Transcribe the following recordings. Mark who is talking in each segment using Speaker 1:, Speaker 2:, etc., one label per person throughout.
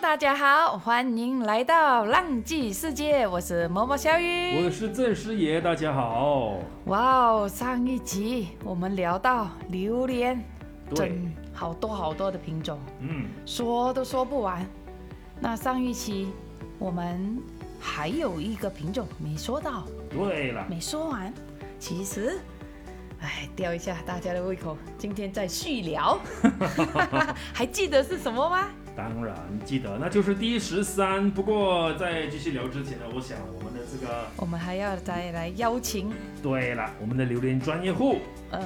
Speaker 1: 大家好，欢迎来到浪迹世界，我是毛毛小雨。
Speaker 2: 我是郑师爷，大家好。
Speaker 1: 哇哦，上一集我们聊到榴莲，
Speaker 2: 对，
Speaker 1: 真好多好多的品种，
Speaker 2: 嗯，
Speaker 1: 说都说不完。那上一期我们还有一个品种没说到，
Speaker 2: 对了，
Speaker 1: 没说完。其实，哎，吊一下大家的胃口，今天再续聊。还记得是什么吗？
Speaker 2: 当然记得，那就是第十三。不过在继续聊之前呢，我想我们的这个，
Speaker 1: 我们还要再来邀请，
Speaker 2: 对了，我们的榴莲专业户，
Speaker 1: 嗯、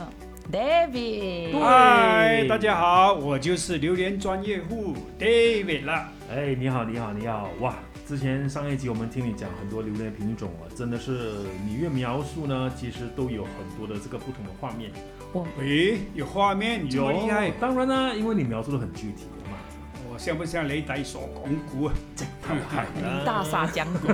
Speaker 1: d a v i d
Speaker 3: 嗨，大家好，我就是榴莲专业户 David 啦。
Speaker 2: 哎，你好，你好，你好，哇！之前上一集我们听你讲很多榴莲品种啊，真的是你越描述呢，其实都有很多的这个不同的画面。啊
Speaker 3: 诶，有画面，这么厉害，
Speaker 2: 当然啦，因为你描述的很具体嘛。
Speaker 3: 我像不像雷底所讲古啊？
Speaker 1: 大傻江湖，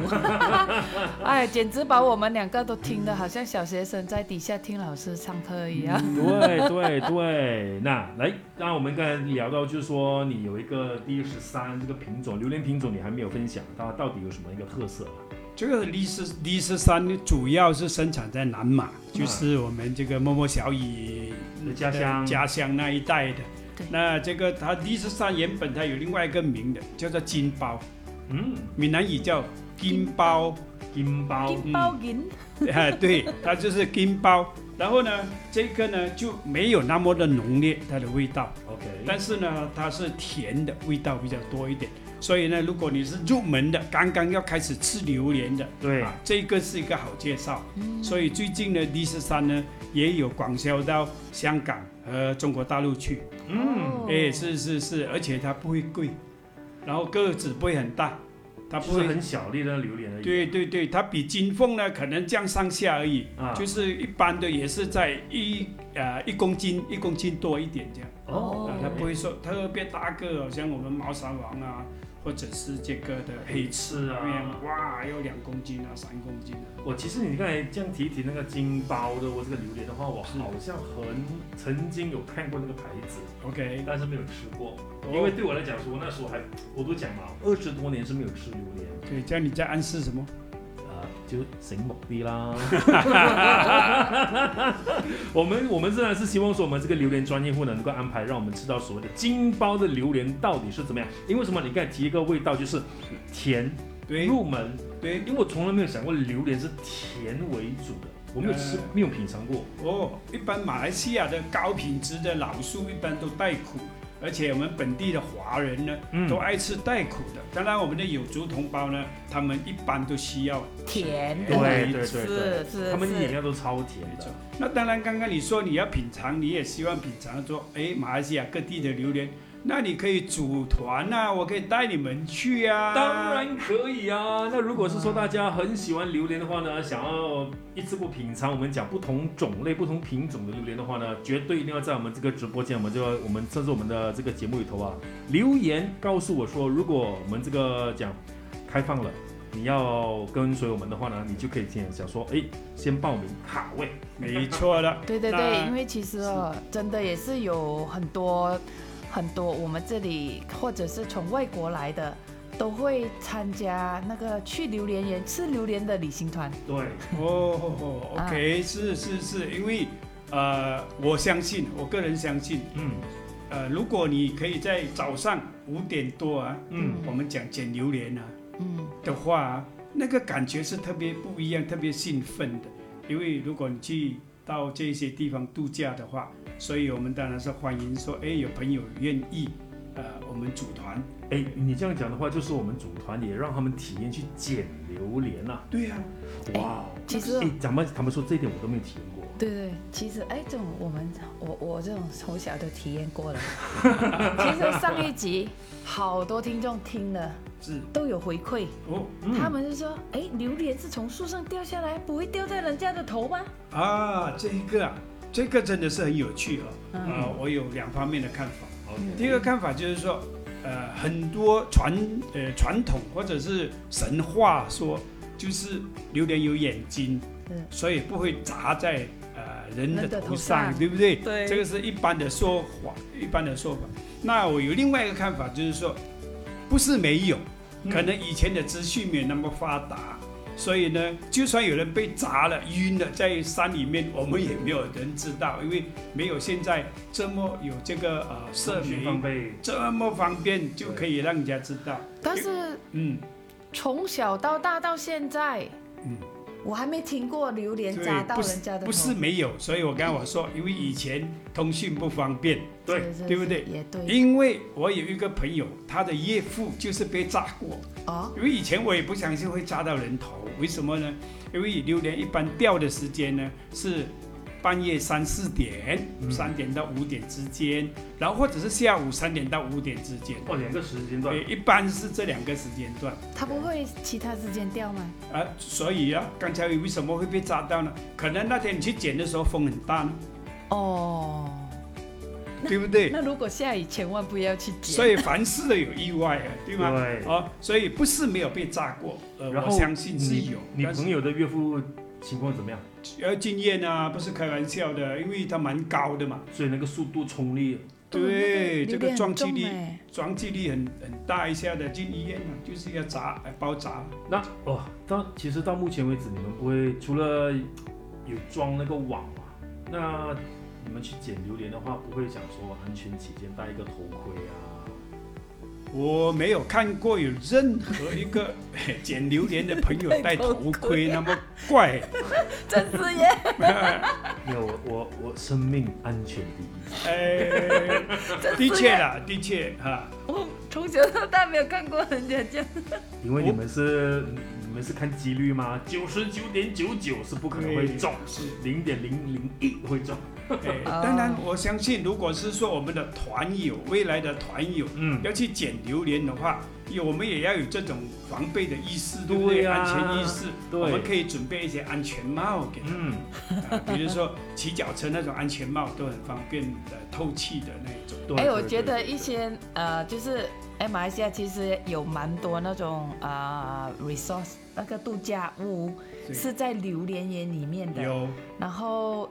Speaker 1: 哎，简直把我们两个都听得好像小学生在底下听老师上课一
Speaker 2: 嗯
Speaker 1: 样。
Speaker 2: 对对对，那来，那我们刚才聊到，就是说你有一个第十三这个品种榴莲品种，你还没有分享，它到底有什么一个特色啊？
Speaker 3: 这个李斯李斯山主要是生产在南马，就是我们这个默默小雨
Speaker 2: 的家乡
Speaker 3: 嗯家乡那一带的
Speaker 1: 对。
Speaker 3: 那这个它李斯山原本它有另外一个名的，叫做金包，
Speaker 2: 嗯，
Speaker 3: 闽南语叫金包。
Speaker 2: 金包，
Speaker 1: 金包银，
Speaker 3: 啊，对，它就是金包。然后呢，这个呢就没有那么的浓烈它的味道，
Speaker 2: OK，
Speaker 3: 但是呢，它是甜的味道比较多一点。所以呢，如果你是入门的，刚刚要开始吃榴莲的，
Speaker 2: 对嗯
Speaker 3: 啊，这个是一个好介绍。所以最近呢，第十三呢也有广销到香港和中国大陆去，
Speaker 2: 嗯，
Speaker 1: 哦
Speaker 3: 哎、是是是，而且它不会贵，然后个子不会很大，它
Speaker 2: 它不
Speaker 3: 不
Speaker 2: 是
Speaker 3: 会，
Speaker 2: 很小粒的榴莲而已，
Speaker 3: 对对对，它比金凤呢可能降上下而已。
Speaker 2: 啊，
Speaker 3: 就是一般的也是在一呃一公斤一公斤多一点这样，
Speaker 1: 哦
Speaker 3: 啊，它不会说特别大个，好像我们毛山王啊，或者是这个的黑刺
Speaker 2: 是啊
Speaker 3: 那样，哇，要两公斤啊，三公斤啊，
Speaker 2: 我其实你刚才这样提一提那个金包的，我这个榴莲的话，我
Speaker 3: 是
Speaker 2: 好像很曾经有看过那个牌子，
Speaker 3: ，OK，
Speaker 2: 但是没有吃过，因为对我来讲说那时候还我都讲嘛，二十多年是没有吃榴莲。
Speaker 3: 对，这样你在暗示什么？
Speaker 2: 啊，就醒目啲啦。 我们我们自然是希望说，我们这个榴莲专业户呢，能够安排让我们吃到所谓的金包的榴莲到底是怎么样。因为什么？你刚才提一个味道，就是甜
Speaker 3: 对
Speaker 2: 入门，
Speaker 3: 对，
Speaker 2: 因为我从来没有想过榴莲是甜为主的，我没有吃
Speaker 3: 呃，
Speaker 2: 没有品尝过。
Speaker 3: 哦，一般马来西亚的高品质的老树一般都带苦，而且我们本地的华人呢
Speaker 2: 嗯
Speaker 3: 都爱吃带苦的，当然我们的有族同胞呢，他们一般都需要
Speaker 1: 甜的，
Speaker 2: 对对对对
Speaker 1: 是，是
Speaker 2: 他们饮
Speaker 1: 是，
Speaker 2: 料都超甜
Speaker 3: 没
Speaker 2: 的
Speaker 3: 错。那当然，刚刚你说你要品尝，你也希望品尝说，哎，马来西亚各地的榴莲，那你可以组团啊，我可以带你们去啊。
Speaker 2: 当，然可以啊。那如果是说大家很喜欢榴莲的话呢，想要一次过品尝我们讲不同种类、不同品种的榴莲的话呢，绝对一定要在我们这个直播间，我们这个我们甚至我们的这个节目里头啊，留言告诉我说，如果我们这个讲开放了。你啊要跟随我们的话呢，你就可以先想说，哎，先报名卡位，
Speaker 3: 没错了。
Speaker 1: 对对对，
Speaker 3: 那
Speaker 1: 因为其实哦，真的也是有很多很多我们这里或者是从外国来的。都会参加那个去榴莲园吃榴莲的旅行团，
Speaker 2: 对，
Speaker 3: 哦，OK，、是
Speaker 2: 啊
Speaker 3: 是是，因为呃，我相信，我个人相信，
Speaker 2: 嗯
Speaker 3: 呃，如果你可以在早上五点多啊，
Speaker 2: 嗯，
Speaker 3: 我们讲捡榴莲啊
Speaker 1: 嗯，
Speaker 3: 的话啊、那个感觉是特别不一样、特别兴奋的。因为如果你去到这些地方度假的话，所以我们当然是欢迎说，哎，有朋友愿意，呃，我们组团。
Speaker 2: 哎，你这样讲的话，就是我们组团也让他们体验去捡榴莲啊，
Speaker 3: 对呀、
Speaker 2: 哇，
Speaker 1: 其实
Speaker 2: 哎，咱们他们说这一点我都没有体验过，
Speaker 1: 对对，其实哎，这种我们我我这种从小都体验 过了。其实上一集好多听众听了
Speaker 3: 是
Speaker 1: 都有回馈，
Speaker 3: 哦
Speaker 1: 他们就说：“哎，榴莲是从树上掉下来，不会掉在人家的头吗
Speaker 3: 啊，这一个啊，这个真的是很有趣哦。
Speaker 1: 嗯
Speaker 3: 啊、我有两方面的看法。
Speaker 2: OK，
Speaker 3: 第一个看法就是说，呃，很多传呃传统或者是神话说，就是榴莲有眼睛
Speaker 1: 嗯，
Speaker 3: 所以不会砸在呃人的
Speaker 1: 人的头
Speaker 3: 头上，
Speaker 1: 上
Speaker 3: 对不对？
Speaker 1: 对
Speaker 3: 这个是一般的说法，一般的说法。那我有另外一个看法，就是说，不是没有，
Speaker 2: 嗯
Speaker 3: 可能以前的资讯没有那么发达，所以呢，就算有人被砸了、晕了，在山里面，我们也没有人知道，因为没有现在这么有这个呃社
Speaker 2: 通讯方
Speaker 3: 媒
Speaker 2: 被
Speaker 3: 这么方便，就可以让人家知道。
Speaker 1: 但是
Speaker 3: 嗯，
Speaker 1: 从小到大到现在，
Speaker 3: 嗯
Speaker 1: 我还没听过榴莲
Speaker 3: 对
Speaker 1: 砸到
Speaker 3: 不是
Speaker 1: 人家的头
Speaker 3: 不是没有，所以我刚刚我说，因为以前通讯不方便，
Speaker 2: 对
Speaker 1: 是是
Speaker 3: 对不对
Speaker 1: 是也对
Speaker 3: 因为我有一个朋友，他的岳父就是被炸过。
Speaker 1: 哦，
Speaker 3: 因为以前我也不相信会扎到人头，为什么呢？因为榴莲一般掉的时间呢是半夜三四点，
Speaker 2: 嗯
Speaker 3: 三、点到五点之间，然后或者是下午三点到五点之间，
Speaker 2: 哦两个时间段
Speaker 3: 对，一般是这两个时间段。
Speaker 1: 它不会其他时间掉吗？
Speaker 3: 啊，所以啊，刚才为什么会被扎到呢？可能那天你去捡的时候风很 大呢，
Speaker 1: 哦，
Speaker 3: 对不对？
Speaker 1: 那如果下雨千万不要去捡。
Speaker 3: 所以凡事都有意外啊，对吗？
Speaker 2: 对。
Speaker 3: 哦，所以不是没有被炸过，呃，
Speaker 2: 然
Speaker 3: 我
Speaker 2: 后
Speaker 3: 相信是
Speaker 2: 你
Speaker 3: 有，
Speaker 2: 你
Speaker 3: 但是
Speaker 2: 朋友的岳父情况怎么样？
Speaker 3: 要经验啊，不是开玩笑的，因为它蛮高的嘛，
Speaker 2: 所以那个速度冲力，
Speaker 3: 对
Speaker 1: 那
Speaker 3: 这
Speaker 1: 榴
Speaker 3: 个
Speaker 1: 莲很
Speaker 3: 撞击
Speaker 1: 重
Speaker 3: 力
Speaker 1: 哎
Speaker 3: 撞击力很很大一下的，进医院嘛，就是要砸，呃包扎。
Speaker 2: 那哦，到其实到目前为止，你们不会除了有装那个网嘛？那你们去捡榴莲的话，不会想说安全起见戴一个头盔 啊？
Speaker 3: 我没有看过有任何一个 嘿捡榴莲的 朋友戴
Speaker 1: 戴头
Speaker 3: 头盔那么怪，
Speaker 1: 真是耶！
Speaker 2: 没有，我我我生命安全第一。
Speaker 3: 呃，的确啦，的确哈、
Speaker 1: 我从小到大没有看过人家这样。
Speaker 2: 因为你们是你们是看几率吗？九十九点九九是不可能会中，
Speaker 3: 对是
Speaker 2: 零点零零一会中。
Speaker 3: 哎
Speaker 1: 哦
Speaker 3: 当然我相信，如果是说我们的团友，未来的团友
Speaker 2: 嗯，
Speaker 3: 要去捡榴莲的话，也我们也要有这种防备的意识，对不
Speaker 2: 对
Speaker 3: 对？
Speaker 2: 呀
Speaker 3: 安全意识，
Speaker 2: 对
Speaker 3: 我们可以准备一些安全帽给
Speaker 2: 嗯，
Speaker 3: 他，比如说骑脚车那种安全帽都很方便的，透气的那种。
Speaker 2: 对。
Speaker 1: 哎，我
Speaker 2: 对
Speaker 1: 觉得
Speaker 2: 对
Speaker 1: 一些呃，就是哎，马来西亚其实有蛮多那种啊、呃、resource 那个度假屋
Speaker 3: 对
Speaker 1: 是在榴莲园里面的，
Speaker 3: 有
Speaker 1: 然后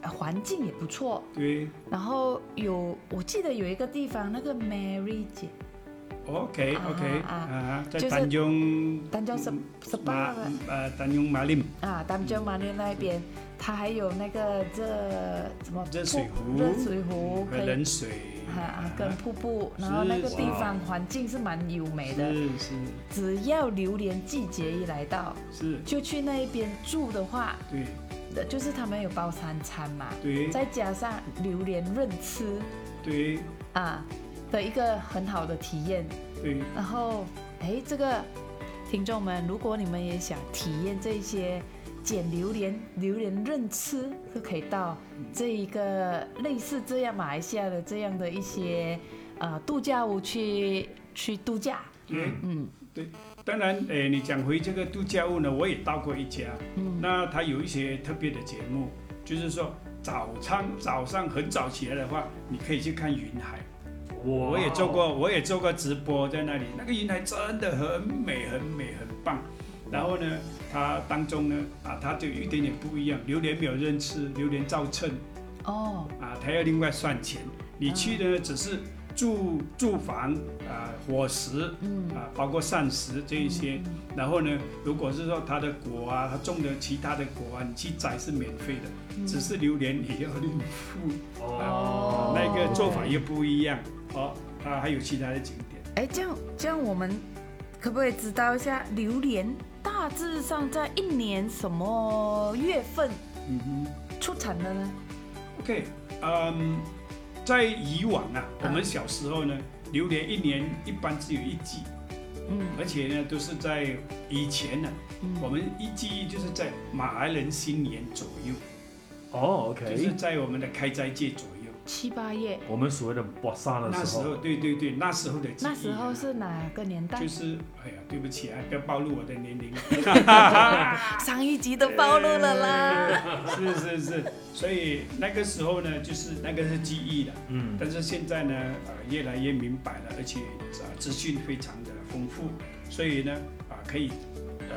Speaker 1: 呃环境也不错，
Speaker 3: 对
Speaker 1: 然后有我记得有一个地方那个 Mary 姐，
Speaker 3: ，OK
Speaker 1: 啊
Speaker 3: OK
Speaker 1: 啊
Speaker 3: 啊，在
Speaker 1: 就是
Speaker 3: 丹中
Speaker 1: 丹江十十八了
Speaker 3: 呃丹中马林
Speaker 1: 啊，丹江马六那边，它还有那个热什么
Speaker 3: 嗯热水
Speaker 1: 瀑
Speaker 3: 壶
Speaker 1: 热水壶
Speaker 3: 和
Speaker 1: 可以
Speaker 3: 冷水
Speaker 1: 啊啊，跟瀑布，然后那个地方环境是蛮优美的。
Speaker 3: 是是
Speaker 1: 只要榴莲季节一来到，
Speaker 3: 是，
Speaker 1: 就去那一边住的话，
Speaker 3: 对
Speaker 1: 呃就是他们有包三餐嘛，
Speaker 3: 对
Speaker 1: 再加上榴莲润吃
Speaker 3: 对
Speaker 1: 啊的一个很好的体验。
Speaker 3: 对，
Speaker 1: 然后，哎，这个听众们，如果你们也想体验这些捡榴莲、榴莲认吃，就可以到这一个类似这样马来西亚的这样的一些呃度假屋去去度假。
Speaker 3: 嗯。
Speaker 1: 嗯，
Speaker 3: 当然，诶，你讲回这个度假屋呢，我也到过一家，
Speaker 1: 嗯
Speaker 3: 那它有一些特别的节目，就是说早上早上很早起来的话，你可以去看云海。
Speaker 2: 哇
Speaker 3: 我也做，过，我也做过直播在那里，那个云海真的很美，很美，很棒。然后呢，它当中呢，啊，它就有一点点不一样，榴莲没有人吃，榴莲照称
Speaker 1: 哦，
Speaker 3: 啊，它要另外算钱。你去呢，只是住住房啊、伙食
Speaker 1: 嗯，
Speaker 3: 啊，包括膳食这一些。
Speaker 1: 嗯
Speaker 3: 然后呢，如果是说它的果啊，它种的其他的果啊，你去摘是免费的，
Speaker 1: 嗯
Speaker 3: 只是榴莲你要另付，
Speaker 1: 哦
Speaker 3: 那个做法
Speaker 1: 一
Speaker 3: 又不一样。哦，它还有其他的景点。
Speaker 1: 哎，这样这样，我们可不可以知道一下榴莲大致上在一年什么月份
Speaker 3: 嗯哼
Speaker 1: 出产的呢？
Speaker 3: ，OK，嗯，在以往啊，
Speaker 1: 嗯
Speaker 3: 我们小时候呢，榴莲一年一般只有一季，
Speaker 1: 嗯
Speaker 3: 而且呢都是在以前呢、
Speaker 1: 嗯
Speaker 3: 我们一季就是在马来人新年左右，
Speaker 2: 哦
Speaker 3: 就是
Speaker 2: ，OK，
Speaker 3: 在我们的开斋节左右。
Speaker 1: 七八月，
Speaker 2: 我们所谓的搏杀的
Speaker 3: 那时候，对对对，那时候的记忆啊
Speaker 1: 那时候是哪个年代
Speaker 3: 就？是，哎呀，对不起啊，不要暴露我的年龄。
Speaker 1: 上一集都 暴露了啦。
Speaker 3: 是是是，所以那个时候呢，就是那个是记忆的，
Speaker 2: 嗯，
Speaker 3: 但是现在呢，呃，越来越明白了，而且啊、资讯非常的丰富，所以呢，啊、可以，呃，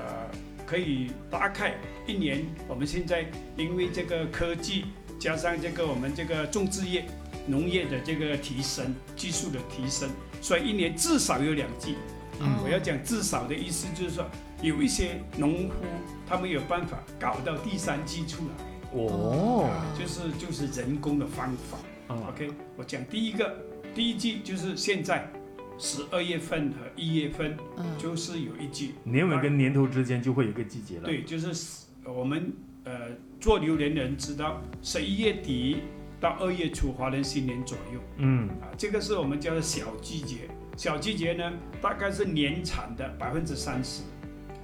Speaker 3: 可以大概一年，我们现在因为这个科技加上这个我们这个种植业，农业的这个提升，技术的提升，所以一年至少有两季。
Speaker 1: 嗯
Speaker 3: 我要讲至少的意思就是说，有一些农夫他们有办法搞到第三季出来，
Speaker 2: 哦，
Speaker 3: 就是就是人工的方法。
Speaker 2: 啊，
Speaker 3: OK，我讲第一个，第一季就是现在十二月份和一月份
Speaker 1: 嗯
Speaker 3: 就是有一季，
Speaker 2: 年尾跟年头之间就会有一个季节了。，
Speaker 3: 对，就是十我们呃做榴莲的人知道，十一月底到二月初华人新年左右
Speaker 2: 嗯，
Speaker 3: 啊，这个是我们叫做小季节。小季节呢，大概是年产的百分之三十，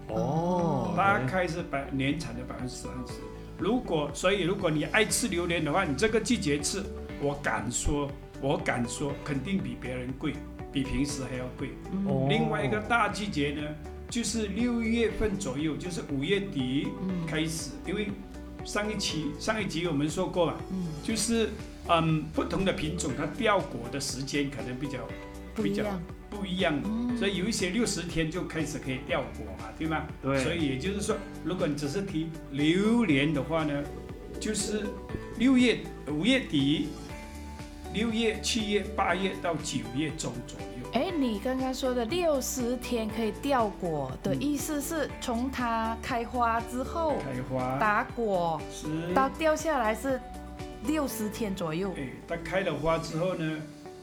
Speaker 1: 哦
Speaker 3: 大概是百年产的百分之三十。如果所以如果你爱吃榴莲的话，你这个季节吃，我敢说，我敢说，肯定比别人贵，比平时还要贵。
Speaker 2: 哦
Speaker 3: 另外一个大季节呢，就是六月份左右，就是五月底
Speaker 1: 嗯
Speaker 3: 开始，因为上一期上一集我们说过嘛，
Speaker 1: 嗯，
Speaker 3: 就是嗯不同的品种它掉果的时间可能比较
Speaker 1: 不一样，
Speaker 3: 不一样，
Speaker 1: 嗯
Speaker 3: 所以有一些六十天就开始可以掉果嘛，对吗？
Speaker 2: 对，
Speaker 3: 所以也就是说，如果你只是提榴莲的话呢，就是六月五月底、六月、七月、八月到九月中左右。
Speaker 1: 哎，你刚刚说的六十天可以掉果的
Speaker 3: 嗯
Speaker 1: 意思是从它开花之后
Speaker 3: 开花
Speaker 1: 打果
Speaker 3: 是，
Speaker 1: 到掉下来是六十天左右。
Speaker 3: 哎，它开了花之后呢，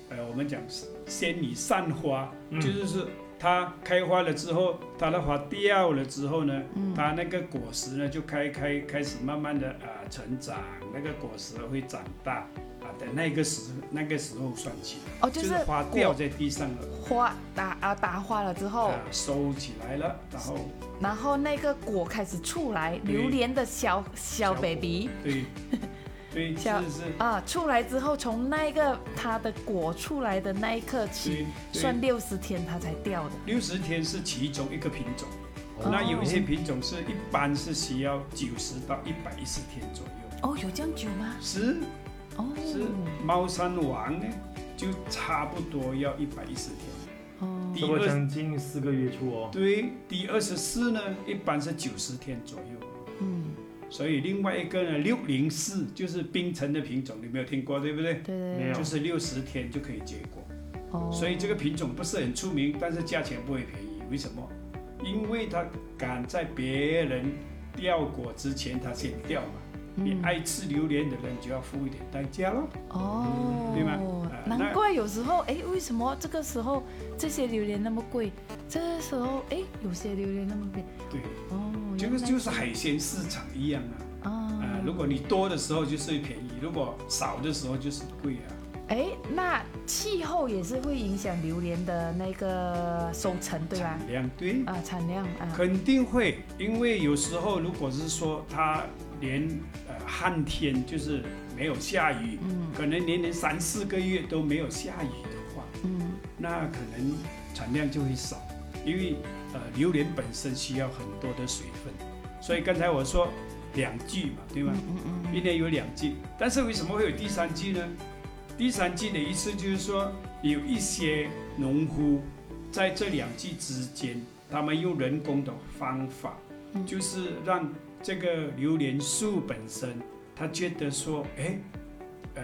Speaker 3: 呃，我们讲仙女散花，
Speaker 2: 嗯
Speaker 3: 就是是它开花了之后，它的花掉了之后呢，
Speaker 1: 嗯
Speaker 3: 它那个果实呢就开开开始慢慢的啊、呃成长，那个果实会长大啊，等那个时那个时候算起，
Speaker 1: 哦，就是是
Speaker 3: 花掉在地上了。
Speaker 1: 花打啊打花了之后，
Speaker 3: 啊，收起来了，然后
Speaker 1: 然后那个果开始出来，
Speaker 3: 对
Speaker 1: 榴莲的小小
Speaker 3: 哎小
Speaker 1: baby
Speaker 3: 对， 对，
Speaker 1: 像
Speaker 3: 是是，
Speaker 1: 啊，出来之后，从那个它的果出来的那一刻起
Speaker 3: 对，
Speaker 1: 算
Speaker 3: 对，
Speaker 1: 六十天它才掉的。
Speaker 3: 六十天是其中一个品种，那有一些品种是一般是需要九十到一百一十天左右。
Speaker 1: 哦，有这样久吗？
Speaker 3: 是
Speaker 1: 哦，
Speaker 3: 是，猫山王呢，就差不多要一百一十天。
Speaker 1: 哦，
Speaker 2: 差不多将近四个月出哦。
Speaker 3: 对，第二十四呢，一般是九十天左右。
Speaker 1: 嗯，
Speaker 3: 所以另外一个呢，六零四就是冰城的品种，你没有听过对不对？
Speaker 1: 对对
Speaker 2: 没有
Speaker 3: 就是六十天就可以结果。
Speaker 1: 对，哦，
Speaker 3: 所以这个品种不是很出名，但是价钱不会便宜。为什么？因为它赶在别人掉果之前，它先掉嘛。你
Speaker 1: 嗯
Speaker 3: 爱吃榴莲的人就要付一点代价咯。
Speaker 1: 哦，
Speaker 3: 对吗啊那
Speaker 1: 难怪有时候，哎，为什么这个时候这些榴莲那么贵？这时候，哎，有些榴莲那么贵，
Speaker 3: 对，
Speaker 1: 哦，
Speaker 3: 这个
Speaker 1: 原来
Speaker 3: 就是海鲜市场一样啊。啊、
Speaker 1: 啊，
Speaker 3: 如果你多的时候就是便宜，如果少的时候就是贵啊。
Speaker 1: 哎，那气候也是会影响榴莲的那个收成，对吧？
Speaker 3: 产量对，
Speaker 1: 啊，产量啊，
Speaker 3: 肯定会，因为有时候如果是说它连呃旱天就是没有下雨，
Speaker 1: 嗯
Speaker 3: 可能连连三四个月都没有下雨的话，
Speaker 1: 嗯
Speaker 3: 那可能产量就会少，因为呃榴莲本身需要很多的水分，所以刚才我说两季嘛，对吗？
Speaker 1: 嗯嗯嗯
Speaker 3: 一年有两季，但是为什么会有第三季呢？第三季的意思就是说，有一些农夫在这两季之间，他们用人工的方法，
Speaker 1: 嗯
Speaker 3: 就是让这个榴莲树本身，他觉得说，哎，呃，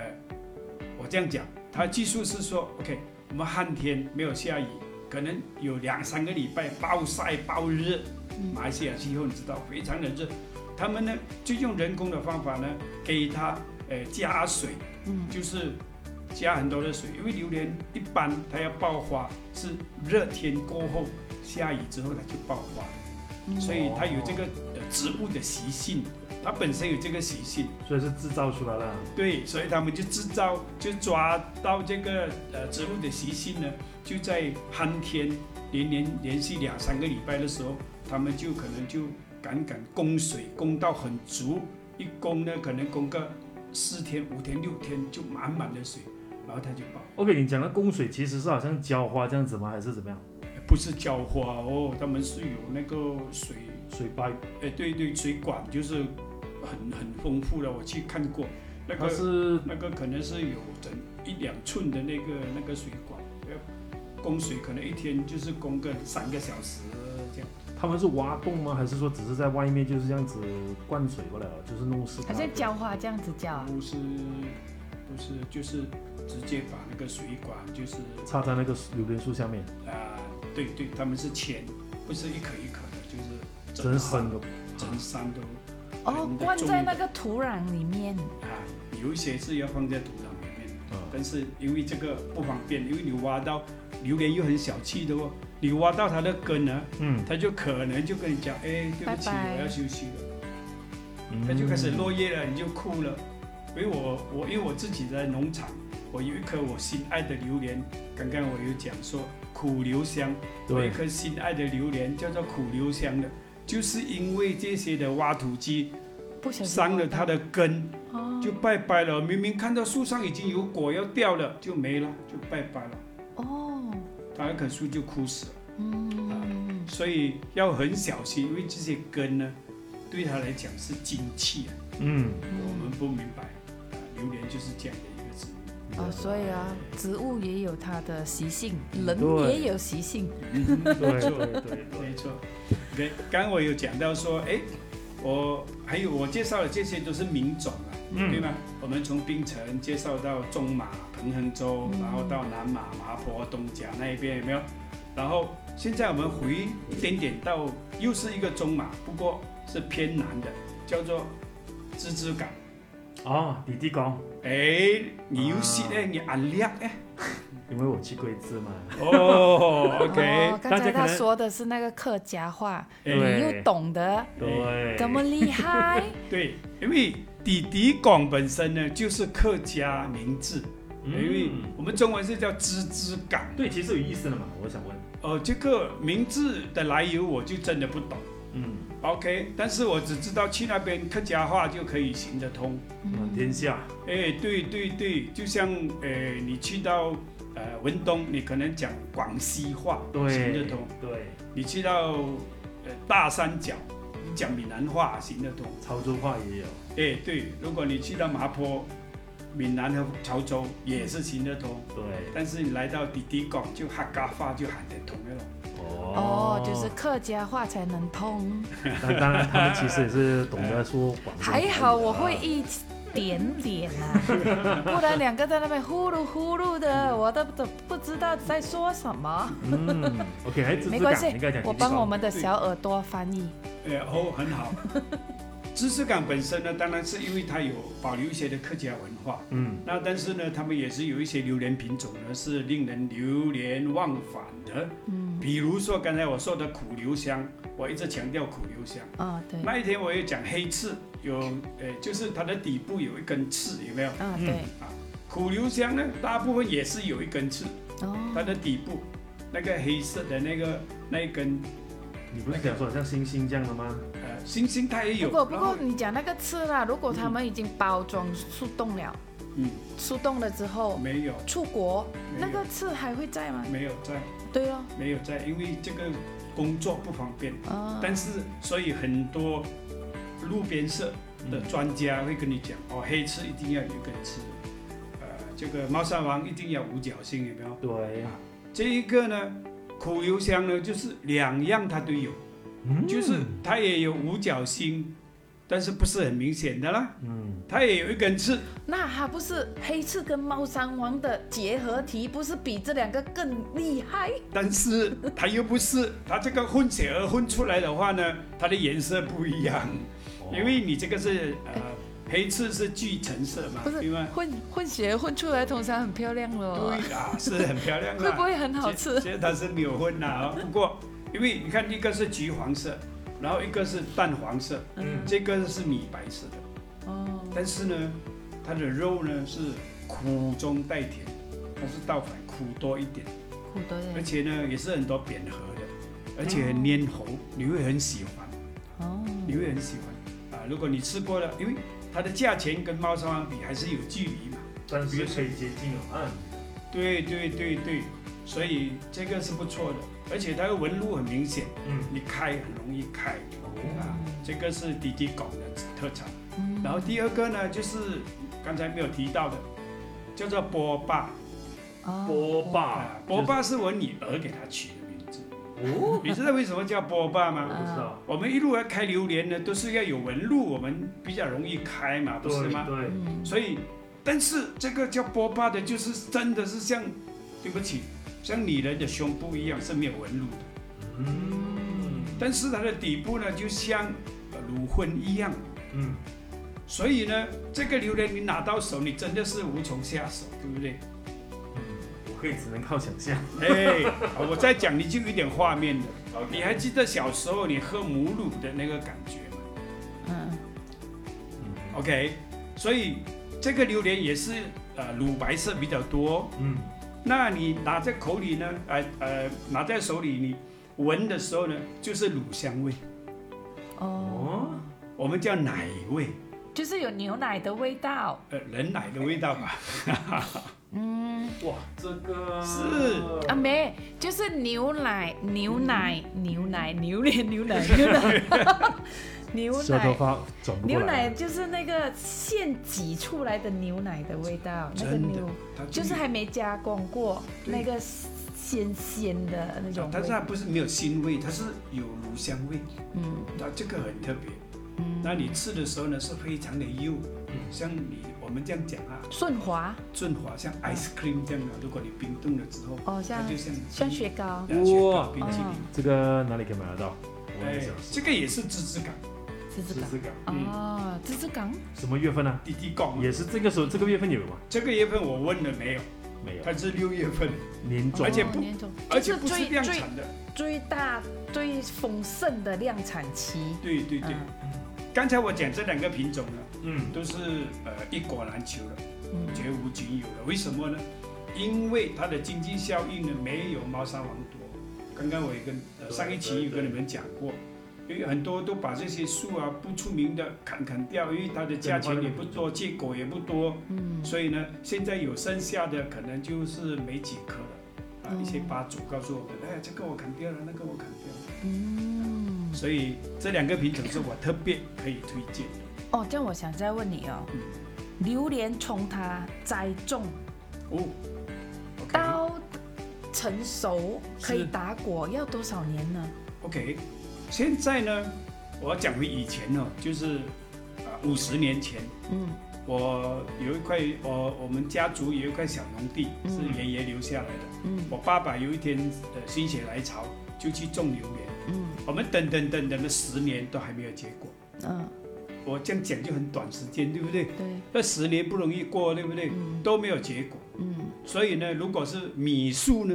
Speaker 3: 我这样讲，他技术是说，OK，我们旱天没有下雨，可能有两三个礼拜暴晒暴热，
Speaker 1: 嗯
Speaker 3: 马来西亚气候你知道非常的热，他们呢就用人工的方法呢，给它呃加水，
Speaker 1: 嗯
Speaker 3: 就是加很多的水，因为榴莲一般它要爆花是热天过后下雨之后它就爆花了，
Speaker 1: 嗯，
Speaker 3: 所以它有这个呃植物的习性，它本身有这个习性，
Speaker 2: 所以是制造出来了。
Speaker 3: 对，所以他们就制造就抓到这个呃植物的习性呢，就在旱天连连连续两三个礼拜的时候，他们就可能就赶赶供水，供到很足，一供呢可能供个四天、五天、六天就满满的水，然后它就爆，
Speaker 2: OK，你讲的供水其实是好像浇花这样子吗？还是怎么样？
Speaker 3: 不是浇花哦，他们是有那个水，
Speaker 2: 水坝，
Speaker 3: 哎对对，水管就是很很丰富的，我去看过那
Speaker 2: 它
Speaker 3: 个
Speaker 2: 是
Speaker 3: 那个可能是有整一两寸的那个那个水管，要供水可能一天就是供个三个小时这样。
Speaker 2: 他们是挖洞吗？还是说只是在外面就是这样子灌水不了，就是弄湿它？
Speaker 3: 啊
Speaker 1: 好像浇花这样子浇啊，
Speaker 3: 不是不是就是直接把那个水管就是
Speaker 2: 插在那个榴莲树下面，
Speaker 3: 啊、对对，他们是钱，不是一颗一颗的，就是
Speaker 2: 真
Speaker 3: 山
Speaker 2: 深的，
Speaker 3: 整山都
Speaker 1: 哦，灌在那个土壤里面，
Speaker 3: 啊，有一些是要放在土壤里面，
Speaker 2: 嗯，
Speaker 3: 但是因为这个不方便，因为你挖到榴莲又很小气的哦，你挖到它的根啊呢，
Speaker 2: 嗯，
Speaker 3: 它就可能就跟你讲，哎，对不起，
Speaker 1: 拜拜
Speaker 3: 我要休息了，
Speaker 2: 嗯
Speaker 3: 它就开始落叶了，你就哭了。因为我我因为我自己在农场，我有一颗我心爱的榴莲，刚刚我有讲说苦留香，我有一
Speaker 2: 对，
Speaker 3: 颗心爱的榴莲叫做苦留香的，就是因为这些的挖土机
Speaker 1: 不小心
Speaker 3: 伤了它的根，
Speaker 1: 哦
Speaker 3: 就拜拜了。明明看到树上已经有果要掉了，就没了，就拜拜了。
Speaker 1: 哦，
Speaker 3: 它那棵树就枯死了。
Speaker 1: 嗯，
Speaker 3: 所以要很小心，因为这些根呢，对它来讲是精气啊。
Speaker 2: 嗯，
Speaker 3: 我们不明白，啊榴莲就是这样的一个植物。
Speaker 1: 哦，所以啊，植物也有它的习性，人
Speaker 2: 对
Speaker 1: 也有习性，
Speaker 2: 对对对
Speaker 3: 没
Speaker 2: 对，
Speaker 3: 错。对，刚刚我有讲到说，哎，我还有我介绍的这些都是名种啊，
Speaker 2: 嗯
Speaker 3: 对吗？我们从槟城介绍到中马、彭亨州，然后到南马、麻坡、东甲那一边有没有？然后现在我们回一点点到又是一个中马，不过是偏南的，叫做芝芝港。
Speaker 2: 啊，弟弟讲，
Speaker 3: 哎，你又是
Speaker 2: 啊
Speaker 3: 哎，你安亮哎，
Speaker 2: 因为我去过一次嘛，
Speaker 3: 哦
Speaker 1: 哦，刚
Speaker 2: 大家
Speaker 1: 才
Speaker 2: 可
Speaker 1: 他
Speaker 2: 能
Speaker 1: 说的是那个客家话，你
Speaker 2: 对
Speaker 3: 哎，
Speaker 1: 又懂得
Speaker 2: 对，
Speaker 1: 这么厉 害，
Speaker 3: 对，因为弟弟广本身呢就是客家名字，因为
Speaker 2: 嗯，
Speaker 3: 我们中文是叫芝芝港，
Speaker 2: 对，其实有意思了嘛，我想问，
Speaker 3: 呃，这个名字的来由我就真的不懂。
Speaker 2: 嗯，
Speaker 3: OK，但是我只知道去那边客家话就可以行得通。
Speaker 2: 满
Speaker 1: 嗯
Speaker 2: 天下，
Speaker 3: 哎，对对对，就像呃，你去到呃文东，你可能讲广西话行
Speaker 2: 对
Speaker 3: 得通；，
Speaker 2: 对，
Speaker 3: 你去到呃大三角，你讲闽南话行得通。
Speaker 2: 潮州话也有，
Speaker 3: 哎，对，如果你去到麻坡、闽南和潮州也是行得通，
Speaker 2: 对，
Speaker 3: 但是你来到滴滴港就客家话就喊得通了咯。
Speaker 1: 哦，就是客家话才能通，
Speaker 2: 那当然，他们其实也是懂得说广东
Speaker 1: 还好我会一点点啊，不然两个在那边呼噜呼噜的，我都都不知道在说什么。
Speaker 2: 嗯，OK，还
Speaker 1: 没关系
Speaker 2: 应该讲，
Speaker 1: 我帮我们的小耳朵翻译。
Speaker 3: 哎，哦，很好。知识港本身呢，当然是因为它有保留一些的客家文化，
Speaker 2: 嗯，
Speaker 3: 那但是呢，他们也是有一些榴莲品种呢是令人流连忘返的，
Speaker 1: 嗯，
Speaker 3: 比如说刚才我说的苦留香，我一直强调苦留香。
Speaker 1: 哦，对，
Speaker 3: 那一天我也讲黑刺，有呃，就是它的底部有一根刺，有没有？
Speaker 1: 嗯，
Speaker 2: 嗯
Speaker 1: 对，
Speaker 3: 苦留香呢，大部分也是有一根刺，它
Speaker 1: 哦，
Speaker 3: 的底部那个黑色的那个那一根，
Speaker 2: 你不是讲说好像星星这样的吗？
Speaker 3: 呃，星星它也有。
Speaker 1: 不过不
Speaker 3: 然后
Speaker 1: 过，你讲那个刺啦，如果他们已经包装速冻了，
Speaker 3: 嗯，
Speaker 1: 速冻了之后
Speaker 3: 没有，
Speaker 1: 出国，
Speaker 3: 没有
Speaker 1: 那个刺还会在吗？
Speaker 3: 没有在，
Speaker 1: 对哦，
Speaker 3: 没有在，因为这个工作不方便。
Speaker 1: 哦，
Speaker 3: 但是，所以很多路边社的专家会跟你讲，哦，黑刺一定要有一根刺，呃，这个猫山王一定要五角星，有没有？
Speaker 2: 对，
Speaker 3: 这一个呢，苦油香呢，就是两样它都有，
Speaker 2: 嗯
Speaker 3: 就是它也有五角星，但是不是很明显的啦。
Speaker 2: 嗯，
Speaker 3: 它也有一根刺，
Speaker 1: 那它不是黑刺跟猫山王的结合体，不是比这两个更厉害？
Speaker 3: 但是它又不是，它这个混血儿混出来的话呢，它的颜色不一样，
Speaker 2: 哦
Speaker 3: 因为你这个是呃黑刺是巨橙色嘛，
Speaker 1: 不是
Speaker 3: 对吗？
Speaker 1: 混混血混出来通常很漂亮咯，
Speaker 3: 对啊，是很漂亮的。
Speaker 1: 会不会很好
Speaker 3: 其
Speaker 1: 吃？
Speaker 3: 其实它是没有混的啊，不过因为你看一个是橘黄色，然后一个是淡黄色，
Speaker 2: 嗯
Speaker 3: 这个是米白色的，
Speaker 1: 哦，
Speaker 3: 但是呢，它的肉呢是苦中带甜，它是倒反苦多一点。
Speaker 1: 苦多
Speaker 3: 而
Speaker 1: 点
Speaker 3: 且呢，也是很多扁盒的，而且很粘喉，你会很喜欢，
Speaker 1: 哦，
Speaker 3: 你会很喜欢啊！如果你吃过了，因为它的价钱跟猫山王比还是有距离嘛。
Speaker 2: 但哦是可以接近了啊，
Speaker 3: 对对对对，所以这个是不错的，而且它的纹路很明显，
Speaker 2: 嗯，
Speaker 3: 你开很容易开啊
Speaker 2: 哦，。
Speaker 3: 这个是滴滴狗的特产。
Speaker 1: 嗯
Speaker 3: 然后第二个呢，就是刚才没有提到的，叫做波霸
Speaker 1: 哦
Speaker 2: 波霸
Speaker 3: 啊，，波霸是我女儿给它取的名字。
Speaker 2: 哦，
Speaker 3: 你知道为什么叫波霸
Speaker 2: 我
Speaker 3: 吗？
Speaker 2: 不知
Speaker 1: 啊
Speaker 2: 道，
Speaker 3: 我们一路要开榴莲呢，都是要有纹路，我们比较容易开嘛，不是
Speaker 2: 对
Speaker 3: 吗？
Speaker 2: 对，
Speaker 1: 嗯
Speaker 3: 所以但是这个叫波霸的，就是真的是像，对不起，像女人的胸部一样是没有纹路的，
Speaker 2: 嗯
Speaker 3: 但是它的底部呢，就像呃乳婚一样。
Speaker 2: 嗯，
Speaker 3: 所以呢，这个榴莲你拿到手，你真的是无从下手，对不对？
Speaker 2: 我可以只能靠想象。
Speaker 3: 哎，好我再讲你就有点画面了。你还记得小时候你喝母乳的那个感觉吗？
Speaker 1: 嗯，
Speaker 3: OK，所以这个榴莲也是呃乳白色比较多。
Speaker 2: 嗯
Speaker 3: 那你拿在口里呢，呃呃，拿在手里你闻的时候呢，就是乳香味，
Speaker 1: 哦，
Speaker 2: 哦，
Speaker 3: 我们叫奶味，
Speaker 1: 就是有牛奶的味道。
Speaker 3: 呃，人奶的味道吧。
Speaker 1: 嗯，
Speaker 2: 哇，这个
Speaker 3: 是
Speaker 1: 啊没，就是牛奶、牛奶、牛奶、榴莲、牛奶、牛奶、 牛
Speaker 2: 舌头
Speaker 1: 奶。
Speaker 2: 发转不过
Speaker 1: 牛
Speaker 2: 来
Speaker 1: 奶。就是那个现挤出来的牛奶的味道，那个
Speaker 3: 真的
Speaker 1: 牛，
Speaker 3: 它
Speaker 1: 就是还没加工过，
Speaker 3: 对啊
Speaker 1: 那个鲜鲜的那种味。
Speaker 3: 但是它不是没有腥味，它是有乳香味，
Speaker 1: 嗯
Speaker 3: 那这个很特别。
Speaker 1: 嗯，
Speaker 3: 那你吃的时候呢，是非常的幼，
Speaker 2: 嗯
Speaker 3: 像你我们这样讲啊，
Speaker 1: 顺滑
Speaker 3: 顺滑像 ice cream 这样的，如果你冰冻了之后，
Speaker 1: 哦，嗯像
Speaker 3: 它就像
Speaker 1: 像雪糕。
Speaker 3: 冰淇淋
Speaker 2: 哇
Speaker 3: 冰淇淋。
Speaker 2: 这个哪里可以买得到？我
Speaker 3: 哎
Speaker 2: 很想，吃。
Speaker 3: 这个也是芝芝港，
Speaker 1: 芝芝
Speaker 2: 芝
Speaker 1: 港
Speaker 2: 士港
Speaker 3: 嗯
Speaker 1: 哦，芝芝港
Speaker 2: 什么月份呢？
Speaker 3: 滴滴港。
Speaker 2: 也是这个时候，这个月份有吗？
Speaker 3: 啊这个月份我问了没有，
Speaker 2: 没有，
Speaker 3: 它是六月份，
Speaker 2: 年终
Speaker 3: 而且不
Speaker 1: 哦年终
Speaker 3: 而
Speaker 1: 就是
Speaker 3: 且不是
Speaker 1: 最
Speaker 3: 量
Speaker 1: 最
Speaker 3: 产的。
Speaker 1: 最大最丰盛的量产期。
Speaker 3: 对对对，
Speaker 1: 嗯
Speaker 3: 刚才我讲这两个品种呢，
Speaker 2: 嗯
Speaker 3: 都是呃一果难求的，
Speaker 1: 嗯
Speaker 3: 绝无仅有的。为什么呢？因为它的经济效应呢没有猫砂王多。刚刚我也跟、呃
Speaker 2: 对
Speaker 3: 上一期有跟你们讲过，因为很多都把这些树啊不出名的砍砍掉，因为它的价钱也不多，结果也不多，
Speaker 1: 嗯
Speaker 3: 所以呢，现在有剩下的可能就是没几棵了。啊，
Speaker 1: 嗯
Speaker 3: 一些吧主告诉我们，哎，这个我砍掉了，那个我砍掉了。
Speaker 1: 嗯，
Speaker 3: 所以这两个品种是我特别可以推荐的。
Speaker 1: 哦，这样我想再问你哦，
Speaker 3: 嗯
Speaker 1: 榴莲从它栽种
Speaker 3: 哦
Speaker 1: 到成熟
Speaker 3: 是
Speaker 1: 可以打果要多少年呢？
Speaker 3: ，OK，OK，、现在呢，我要讲回以前哦，就是啊五十年前，
Speaker 1: 嗯
Speaker 3: 我有一块我我们家族有一块小农地
Speaker 1: 嗯
Speaker 3: 是爷爷留下来的。
Speaker 1: 嗯
Speaker 3: 我爸爸有一天呃心血来潮就去种榴莲，
Speaker 1: 嗯
Speaker 3: 我们等等等等了十年都还没有结果。
Speaker 1: 嗯，
Speaker 3: 我这样讲就很短时间，对不对？
Speaker 1: 对，
Speaker 3: 那十年不容易过，对不对？
Speaker 1: 嗯
Speaker 3: 都没有结果。
Speaker 1: 嗯
Speaker 3: 所以呢，如果是米树呢，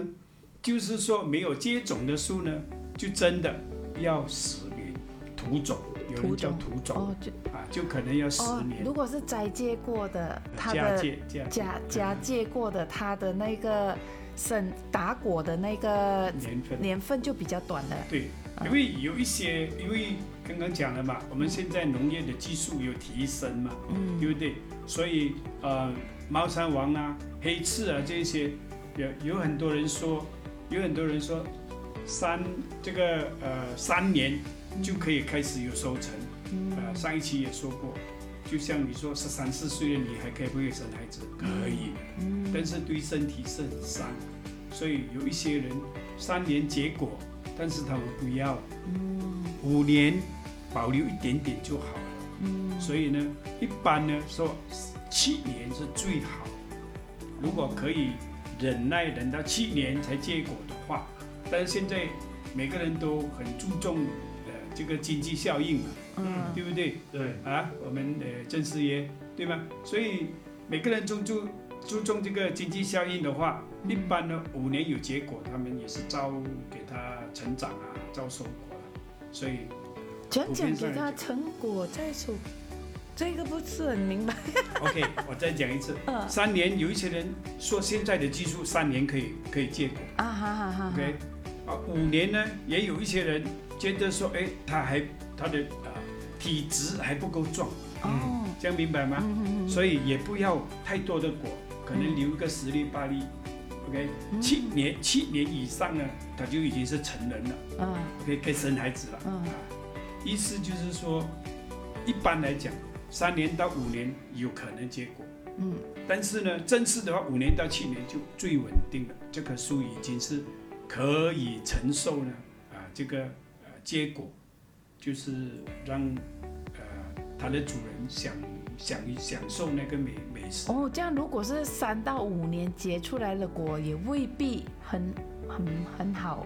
Speaker 3: 就是说没有接种的树呢，就真的要十年土种，有人叫土种
Speaker 1: 哦就
Speaker 3: 啊，就可能要十
Speaker 1: 哦，
Speaker 3: 年
Speaker 1: 如果是栽接过的，它
Speaker 3: 嫁
Speaker 1: 的
Speaker 3: 接嫁接
Speaker 1: 假假借过的它的那个生打果的那个
Speaker 3: 年份。
Speaker 1: 年份就比较短了。
Speaker 3: 对，
Speaker 1: 啊
Speaker 3: 因为有一些，因为刚刚讲了嘛，我们现在农业的技术有提升嘛，
Speaker 1: 嗯
Speaker 3: 对不对？所以呃，猫山王啊、黑刺啊这一些，有有很多人说，有很多人说，三这个呃三年就可以开始有收成。呃，
Speaker 1: 嗯
Speaker 3: 上一期也说过，就像你说十三四岁的你还可以不可以生孩子？可以，
Speaker 1: 嗯，
Speaker 3: 但是对身体是很伤。所以有一些人三年结果，但是他们不要，
Speaker 1: 嗯
Speaker 3: 五年保留一点点就好了。
Speaker 1: 嗯
Speaker 3: 所以呢，一般呢说七年是最好，如果可以忍耐忍到七年才结果的话，但是现在每个人都很注重呃这个经济效应嘛，
Speaker 1: 嗯
Speaker 3: 对不对
Speaker 2: 对，
Speaker 3: 啊？我们呃郑思爷对吧？所以每个人注注注重这个经济效应的话，
Speaker 1: 嗯
Speaker 3: 一般呢五年有结果，他们也是照给他成长啊，照收获啊，所以
Speaker 1: 讲讲给他成果再说，这个不是很明白。
Speaker 3: OK，我 再讲一次
Speaker 1: 嗯，
Speaker 3: 三年有一些人说现在的技术三年可以可以结果
Speaker 1: 啊哈哈哈哈
Speaker 3: ，OK，啊五年呢也有一些人觉得说，哎，他还他的啊、呃体质还不够壮，
Speaker 1: 哦，
Speaker 3: 这样明白吗？
Speaker 1: 嗯
Speaker 3: 所以也不要太多的果，可能留个十粒八粒，OK，
Speaker 1: 嗯
Speaker 3: 七年七年以上呢，他就已经是成人了
Speaker 1: 嗯啊
Speaker 3: ，OK，可以生孩子了。
Speaker 1: 嗯
Speaker 3: 啊，意思就是说，一般来讲，三年到五年有可能结果。
Speaker 1: 嗯
Speaker 3: 但是呢，正式的话，五年到七年就最稳定了。这棵树已经是可以承受呢，啊、这个呃结果，就是让呃它的主人享享享受那个美美食。
Speaker 1: 哦，这样如果是三到五年结出来的果，也未必很很很好。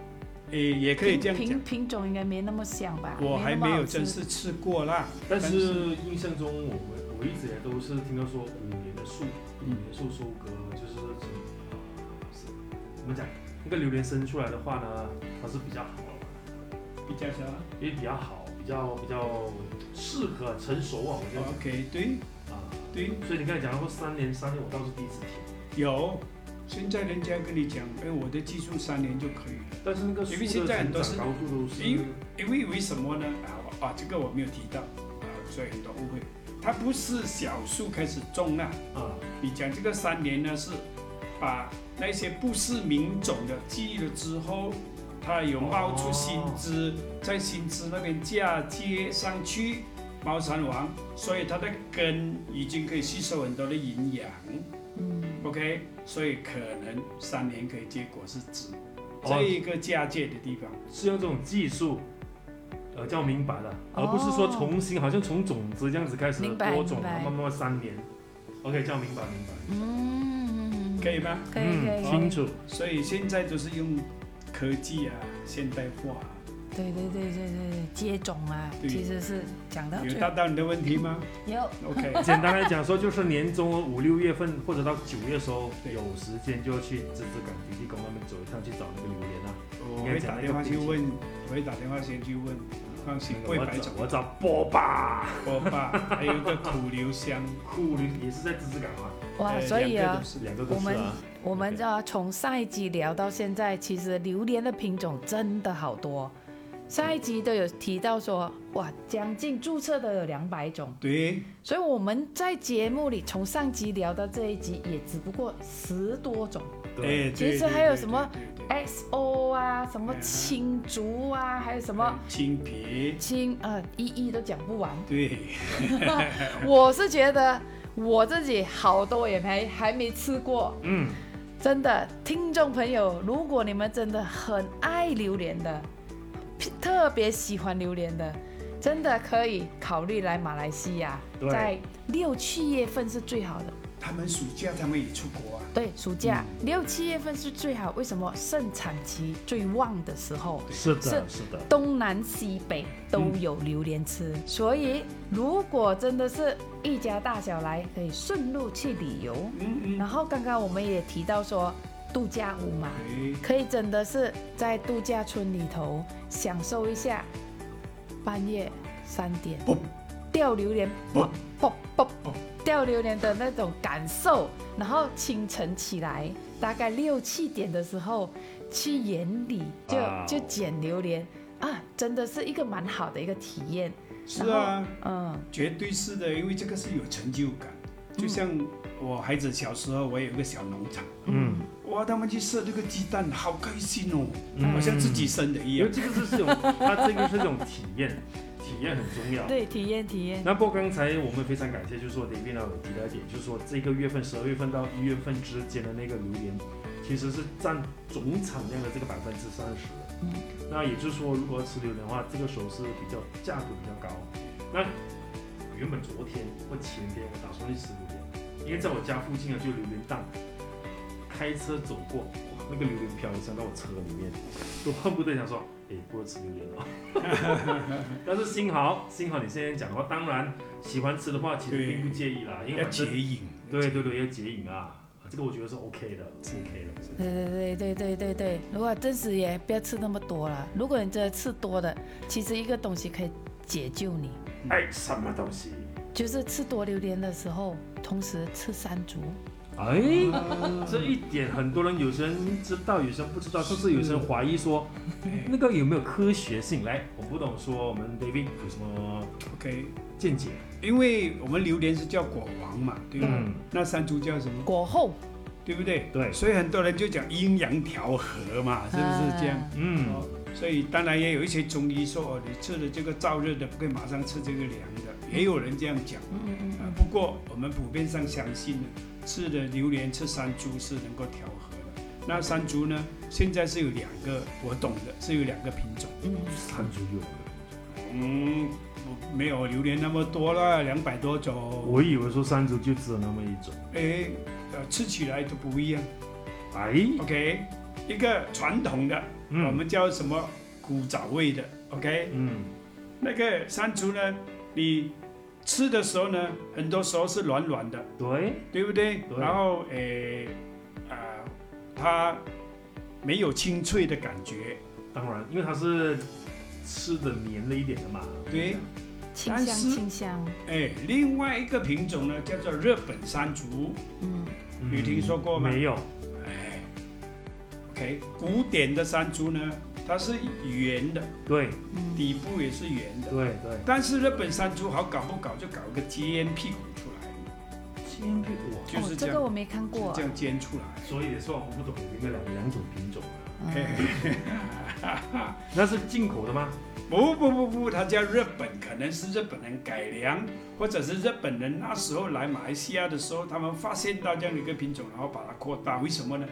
Speaker 3: 诶，也可以
Speaker 1: 品
Speaker 3: 这样
Speaker 1: 品
Speaker 3: 讲，
Speaker 1: 品种应该没那么香吧？
Speaker 3: 我还
Speaker 1: 那么
Speaker 3: 没有
Speaker 1: 好吃
Speaker 3: 真是吃过啦。
Speaker 2: 但是印象中我我我一直也都是听到说五年的树，五
Speaker 3: 嗯
Speaker 2: 年树收割，就是说什么呃是怎么讲，那个榴莲生出来的话呢，它是比较好的。
Speaker 3: 比较啥
Speaker 2: 因为比较好，比较比较适合成熟啊，我觉得
Speaker 3: ？OK，对
Speaker 2: 啊，
Speaker 3: 对，
Speaker 2: 所以你刚才讲到过三年，三年我倒是第一次听，
Speaker 3: 有。现在人家跟你讲，哎，我的技术三年就可以了。
Speaker 2: 但是那个树
Speaker 3: 因为现
Speaker 2: 的
Speaker 3: 在很
Speaker 2: 成
Speaker 3: 多
Speaker 2: 长
Speaker 3: 呃是
Speaker 2: 高度都是
Speaker 3: 因为因为为什么呢？啊啊，这个我没有提到啊，所以很多误会。它不是小树开始种啊，
Speaker 2: 啊，
Speaker 3: 你讲这个三年呢，是把那些不是名种的记忆了之后，它有冒出新枝，在新枝那边嫁接上去，猫山王，所以它的根已经可以吸收很多的营养
Speaker 1: 嗯，
Speaker 3: ，OK，所以可能三年可以结果是指这
Speaker 2: 哦，
Speaker 3: 一个嫁接的地方。
Speaker 2: 是用这种技术。呃，叫明白了，
Speaker 1: 哦
Speaker 2: 而不是说重新，好像从种子这样子开始
Speaker 1: 明白
Speaker 2: 播种，
Speaker 1: 明白
Speaker 2: 然后慢慢慢三年，OK，叫明白明白，
Speaker 1: 嗯，
Speaker 3: 可以吗？
Speaker 1: 可以可以，
Speaker 2: 清楚，
Speaker 3: 所以现在都是用科技啊，现代化啊、
Speaker 1: 对对对对对对，接种啊，
Speaker 3: 对
Speaker 1: 其实是讲到
Speaker 3: 有
Speaker 1: 最
Speaker 3: 达到你的问题吗
Speaker 1: 有
Speaker 3: ？OK，
Speaker 2: 简单来讲说，就是年中五六月份或者到九月的时候，
Speaker 3: 对
Speaker 2: 有时间就去芝芝港迪地宫那边走一趟，去找那个榴莲啊。
Speaker 3: 我会打电话去问，我会打电话先去问，放心不会
Speaker 2: 我
Speaker 3: 白
Speaker 2: 找
Speaker 3: 走。
Speaker 2: 我找波霸，
Speaker 3: 我爸还有一个苦留香，
Speaker 2: 库里也是在芝芝港啊，
Speaker 1: 哇，
Speaker 3: 呃
Speaker 1: 所以
Speaker 3: 两个
Speaker 1: 啊
Speaker 3: 都，是
Speaker 2: 两个都
Speaker 1: 我
Speaker 2: 是
Speaker 1: 们
Speaker 2: 啊。
Speaker 1: 我们啊从上一集聊到现在，其实榴莲的品种真的好多。上一集都有提到说，哇，将近注册的有两百种，
Speaker 3: 对，
Speaker 1: 所以我们在节目里从上集聊到这一集，也只不过十多种。
Speaker 2: 对，
Speaker 3: 哎，对
Speaker 1: 其实
Speaker 3: 对
Speaker 1: 还有
Speaker 3: 对
Speaker 1: 什么
Speaker 3: 对对对
Speaker 1: XO 啊，什
Speaker 2: 哎
Speaker 1: 么
Speaker 3: 嗯
Speaker 1: 青竹啊，还有什么
Speaker 3: 哎青皮，
Speaker 1: 青呃，一一都讲不完。
Speaker 3: 对，
Speaker 1: 我是觉得我自己好多也没还没吃过，
Speaker 2: 嗯，
Speaker 1: 真的，听众朋友，如果你们真的很爱榴莲的，特别喜欢榴莲的，真的可以考虑来马来西亚，
Speaker 2: 对
Speaker 1: 在六七月份是最好的。
Speaker 3: 他们暑假他们也出国啊，
Speaker 1: 对，暑假六七月份是最好，为什么？盛产期最旺的时候，
Speaker 2: 是的，
Speaker 1: 是
Speaker 2: 是的，
Speaker 1: 东南西北都有榴莲吃，所以如果真的是一家大小来，可以顺路去旅游。
Speaker 3: 嗯
Speaker 1: 然
Speaker 3: 嗯，
Speaker 1: 后刚刚我们也提到说，度假屋嘛，
Speaker 3: 对，
Speaker 1: 可以真的是在度假村里头享受一下，半夜三点
Speaker 3: 嘣
Speaker 1: 掉榴莲，
Speaker 3: 嘣
Speaker 1: 啵啵啵掉榴莲的那种感受，然后清晨起来大概六七点的时候去园里就
Speaker 2: 哇哦
Speaker 1: 就捡榴莲啊，真的是一个蛮好的一个体验。
Speaker 3: 是啊，
Speaker 1: 嗯，
Speaker 3: 绝对是的，因为这个是有成就感，就像我孩子小时候，我有一个小农场，
Speaker 2: 嗯，
Speaker 3: 哇，他们去射那个鸡蛋，好开心哦，
Speaker 2: 嗯
Speaker 3: 好像自己生的
Speaker 2: 因
Speaker 3: 一样
Speaker 2: 为。这个是这种，它这个是这种体验，体验很重要。
Speaker 1: 对，体验体验。
Speaker 2: 那不过刚才我们非常感谢，就是说 David 呢有提到一点，就是说这个月份十二月份到一月份之间的那个榴莲，其实是占总产量的这个百分之三十。
Speaker 1: 嗯
Speaker 2: 那也就是说，如果要吃榴莲的话，这个时候是比较价格比较高。那原本昨天或前天我打算去吃榴莲，因为在我家附近啊就有榴莲档，开车走过，哇那个榴莲飘香到我车里面，我恨不得想说，哎，不如吃榴莲了。 但是幸好，幸好你现在讲的话，当然喜欢吃的话，其实并不介意啦，因为
Speaker 3: 要
Speaker 2: 反
Speaker 3: 解
Speaker 2: 正
Speaker 3: 瘾，
Speaker 2: 对对对要解瘾啊，这个我觉得是 OK 的是，OK 的。是
Speaker 1: 对对对对对对对，如果真是也不要吃那么多了。如果你真的吃多的，其实一个东西可以解救你，
Speaker 2: 哎，什么东西？
Speaker 1: 就是吃多榴莲的时候，同时吃山竹。
Speaker 2: 哎，
Speaker 3: 啊
Speaker 2: 这一点很多人有些人知道，有些人不知道，甚至有些人怀疑说
Speaker 3: 哎
Speaker 2: 那个有没有科学性。来，我不懂说我们 David 有什么
Speaker 3: OK，
Speaker 2: 见解？
Speaker 3: 因为我们榴莲是叫果王嘛，对吧？
Speaker 2: 嗯
Speaker 3: 那山竹叫什么？
Speaker 1: 果后
Speaker 3: 对不对？
Speaker 2: 对
Speaker 3: 所以很多人就讲阴阳调和嘛，是不是这样？
Speaker 1: 啊
Speaker 2: 嗯，
Speaker 3: 哦，所以当然也有一些中医说哦，你吃了这个燥热的，不可以马上吃这个凉的，也有人这样讲。
Speaker 1: 嗯嗯嗯
Speaker 3: 啊
Speaker 1: 嗯，
Speaker 3: 不过我们普遍上相信呢，吃的榴莲吃山竹是能够调和的。那山竹呢，现在是有两个我懂的，是有两个品种。
Speaker 1: 嗯，
Speaker 2: 山竹有，
Speaker 3: 嗯，不没有榴莲那么多啦，两百多种，
Speaker 2: 我以为说山竹就只有那么一种。
Speaker 3: 哎，呃，吃起来都不一样。
Speaker 2: 哎，
Speaker 3: OK，一个传统的，我
Speaker 2: 嗯
Speaker 3: 们叫什么古早味的，OK，
Speaker 2: 嗯，
Speaker 3: 那个山竹呢，你吃的时候呢，很多时候是软软的，
Speaker 2: 对，
Speaker 3: 对不对？
Speaker 2: 对
Speaker 3: 然后诶，啊、它没有清脆的感觉，
Speaker 2: 当然，因为它是吃的黏了一点的嘛。
Speaker 3: 对，
Speaker 1: 清
Speaker 3: 但
Speaker 1: 香
Speaker 3: 是
Speaker 1: 清香，
Speaker 3: 哎，另外一个品种呢叫做日本山竹
Speaker 1: 嗯，
Speaker 2: 嗯
Speaker 3: 你听说过吗
Speaker 2: 没有。
Speaker 3: ，OK，古典的山竹呢，它是圆的，
Speaker 2: 对
Speaker 3: 底部也是圆的，
Speaker 2: 对对，
Speaker 3: 但是日本山竹好搞不搞就搞个尖屁股出来，
Speaker 2: 煎饼哇，
Speaker 3: 就是
Speaker 1: 哦，这
Speaker 3: 这样，
Speaker 1: 个我没看
Speaker 3: 就
Speaker 1: 过
Speaker 3: 这，样尖出来，
Speaker 2: 所以也算我不懂你们两两种品种啊。
Speaker 1: 嗯
Speaker 2: 那是进口的吗？
Speaker 3: 不不不不，它叫日本，可能是日本人改良，或者是日本人那时候来马来西亚的时候，他们发现到这样的一个品种，然后把它扩大。为什么呢？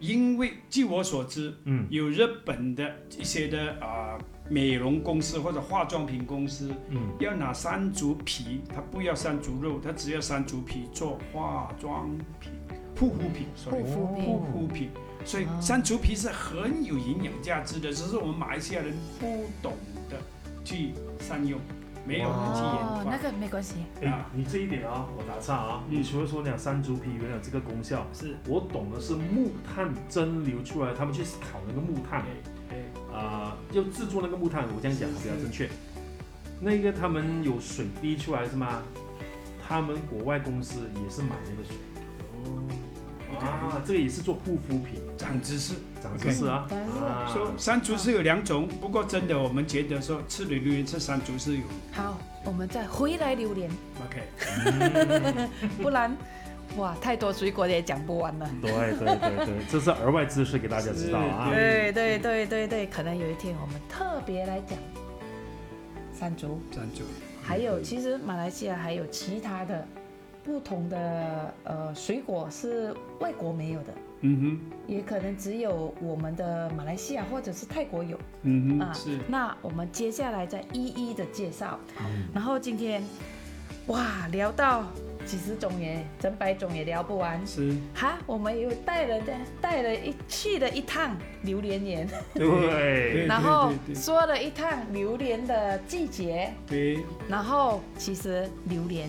Speaker 3: 因为据我所知，
Speaker 2: 嗯，
Speaker 3: 有日本的一些的啊、美容公司或者化妆品公司，
Speaker 2: 嗯，
Speaker 3: 要拿山竹皮，它不要山竹肉，它只要山竹皮做化妆品、护肤品，所以
Speaker 1: 护肤品
Speaker 2: 哦
Speaker 3: 护肤品。所以
Speaker 1: 哦
Speaker 3: 山竹皮是很有营养价值的，只是我们马来西亚人不懂得去善用，没有人去
Speaker 1: 哦
Speaker 3: 研，
Speaker 1: 那
Speaker 3: 发。
Speaker 1: 个没关系，
Speaker 2: 哎
Speaker 3: 啊，
Speaker 2: 你这一点啊，我打岔啊，
Speaker 3: 嗯
Speaker 2: 你除了说讲山竹皮原来有这个功效，
Speaker 3: 是，
Speaker 2: 我懂的是木炭蒸馏出来，他们去烤那个木炭
Speaker 3: 哎，哎
Speaker 2: 啊、就制作那个木炭，我这样讲
Speaker 3: 是
Speaker 2: 比较
Speaker 3: 是
Speaker 2: 正确。那个他们有水滴出来是吗？他们国外公司也是买那个水
Speaker 3: 哦
Speaker 2: 啊，这个也是做护肤品，
Speaker 3: ，OK，长知识。
Speaker 2: 长知识啊
Speaker 1: OK
Speaker 2: 啊！
Speaker 3: 说山竹是有两种，不过真的我们觉得说吃榴莲吃山竹是有
Speaker 1: 好，我们再回来榴莲，
Speaker 3: OK。
Speaker 1: 不然，哇，太多水果也讲不完了。
Speaker 2: 对对对对，这是额外知识给大家知道啊
Speaker 3: 是。
Speaker 1: 对对对对对，可能有一天我们特别来讲山竹，
Speaker 3: 山竹，
Speaker 1: 还有
Speaker 3: 嗯
Speaker 1: 其实马来西亚还有其他的不同的呃水果是外国没有的，
Speaker 3: 嗯
Speaker 1: 也可能只有我们的马来西亚或者是泰国有。
Speaker 3: 哼，嗯
Speaker 1: 啊
Speaker 3: 哼，是。
Speaker 1: 那我们接下来再一一的介绍。
Speaker 2: 嗯
Speaker 1: 然后今天，哇，聊到几十种也整百种也聊不完。
Speaker 3: 是，
Speaker 1: 哈，我们又带了带了一去了一趟榴莲园，
Speaker 2: 对，
Speaker 1: 然后
Speaker 3: 对对
Speaker 1: 说了一趟榴莲的季节，
Speaker 3: 对，
Speaker 1: 然后其实榴莲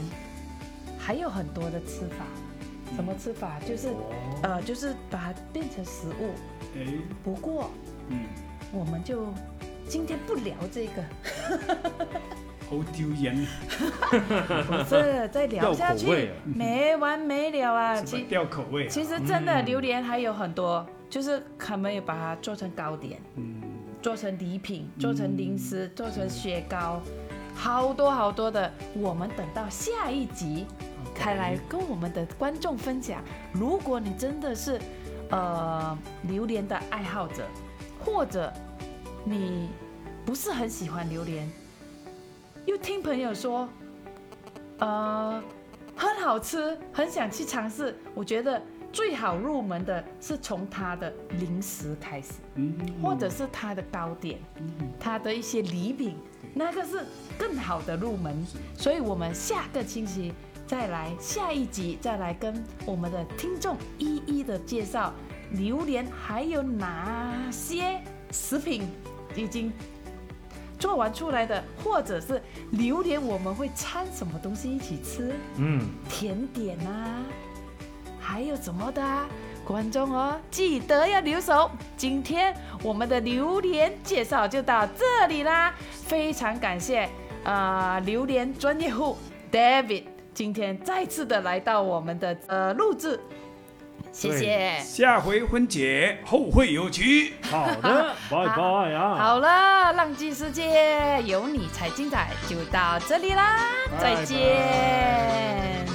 Speaker 1: 还有很多的吃法，什么吃法？就是
Speaker 2: 哦
Speaker 1: 呃，就是把它变成食物。
Speaker 3: 哎，
Speaker 1: 不过
Speaker 3: 嗯，
Speaker 1: 我们就今天不聊这 个，
Speaker 3: 好丢人，
Speaker 1: 不是再聊
Speaker 2: 要
Speaker 1: 下
Speaker 2: 口味
Speaker 1: 去
Speaker 2: 啊
Speaker 1: 没完没了 啊！
Speaker 3: 什么
Speaker 1: 其
Speaker 3: 掉口味啊？
Speaker 1: 其实真的
Speaker 2: 嗯
Speaker 1: 榴莲还有很多，就是他们也把它做成糕点。
Speaker 3: 嗯，
Speaker 1: 做成礼品，做成零食，做成雪糕，好多好多的。我们等到下一集才来跟我们的观众分享。如果你真的是呃榴莲的爱好者，或者你不是很喜欢榴莲，又听朋友说，呃，很好吃，很想去尝试，我觉得。最好入门的是从它的零食开始，
Speaker 3: 嗯，
Speaker 1: 或者是它的糕点，
Speaker 3: 嗯
Speaker 1: 它的一些礼品，那个是更好的入门。所以我们下个星期再来下一集，再来跟我们的听众一一的介绍榴莲还有哪些食品已经。做完出来的，或者是榴莲，我们会掺什么东西一起吃？
Speaker 2: 嗯，
Speaker 1: 甜点啊，还有什么的、啊？观众哦，记得要留守。今天我们的榴莲介绍就到这里啦，非常感谢啊、呃榴莲专业户 David 今天再次的来到我们的呃录制，谢谢。
Speaker 3: 下回分解后会有期。
Speaker 2: 好的，拜拜啊。
Speaker 1: 好了，浪迹世界有你才精彩，就到这里啦，再
Speaker 3: 拜拜
Speaker 1: 见。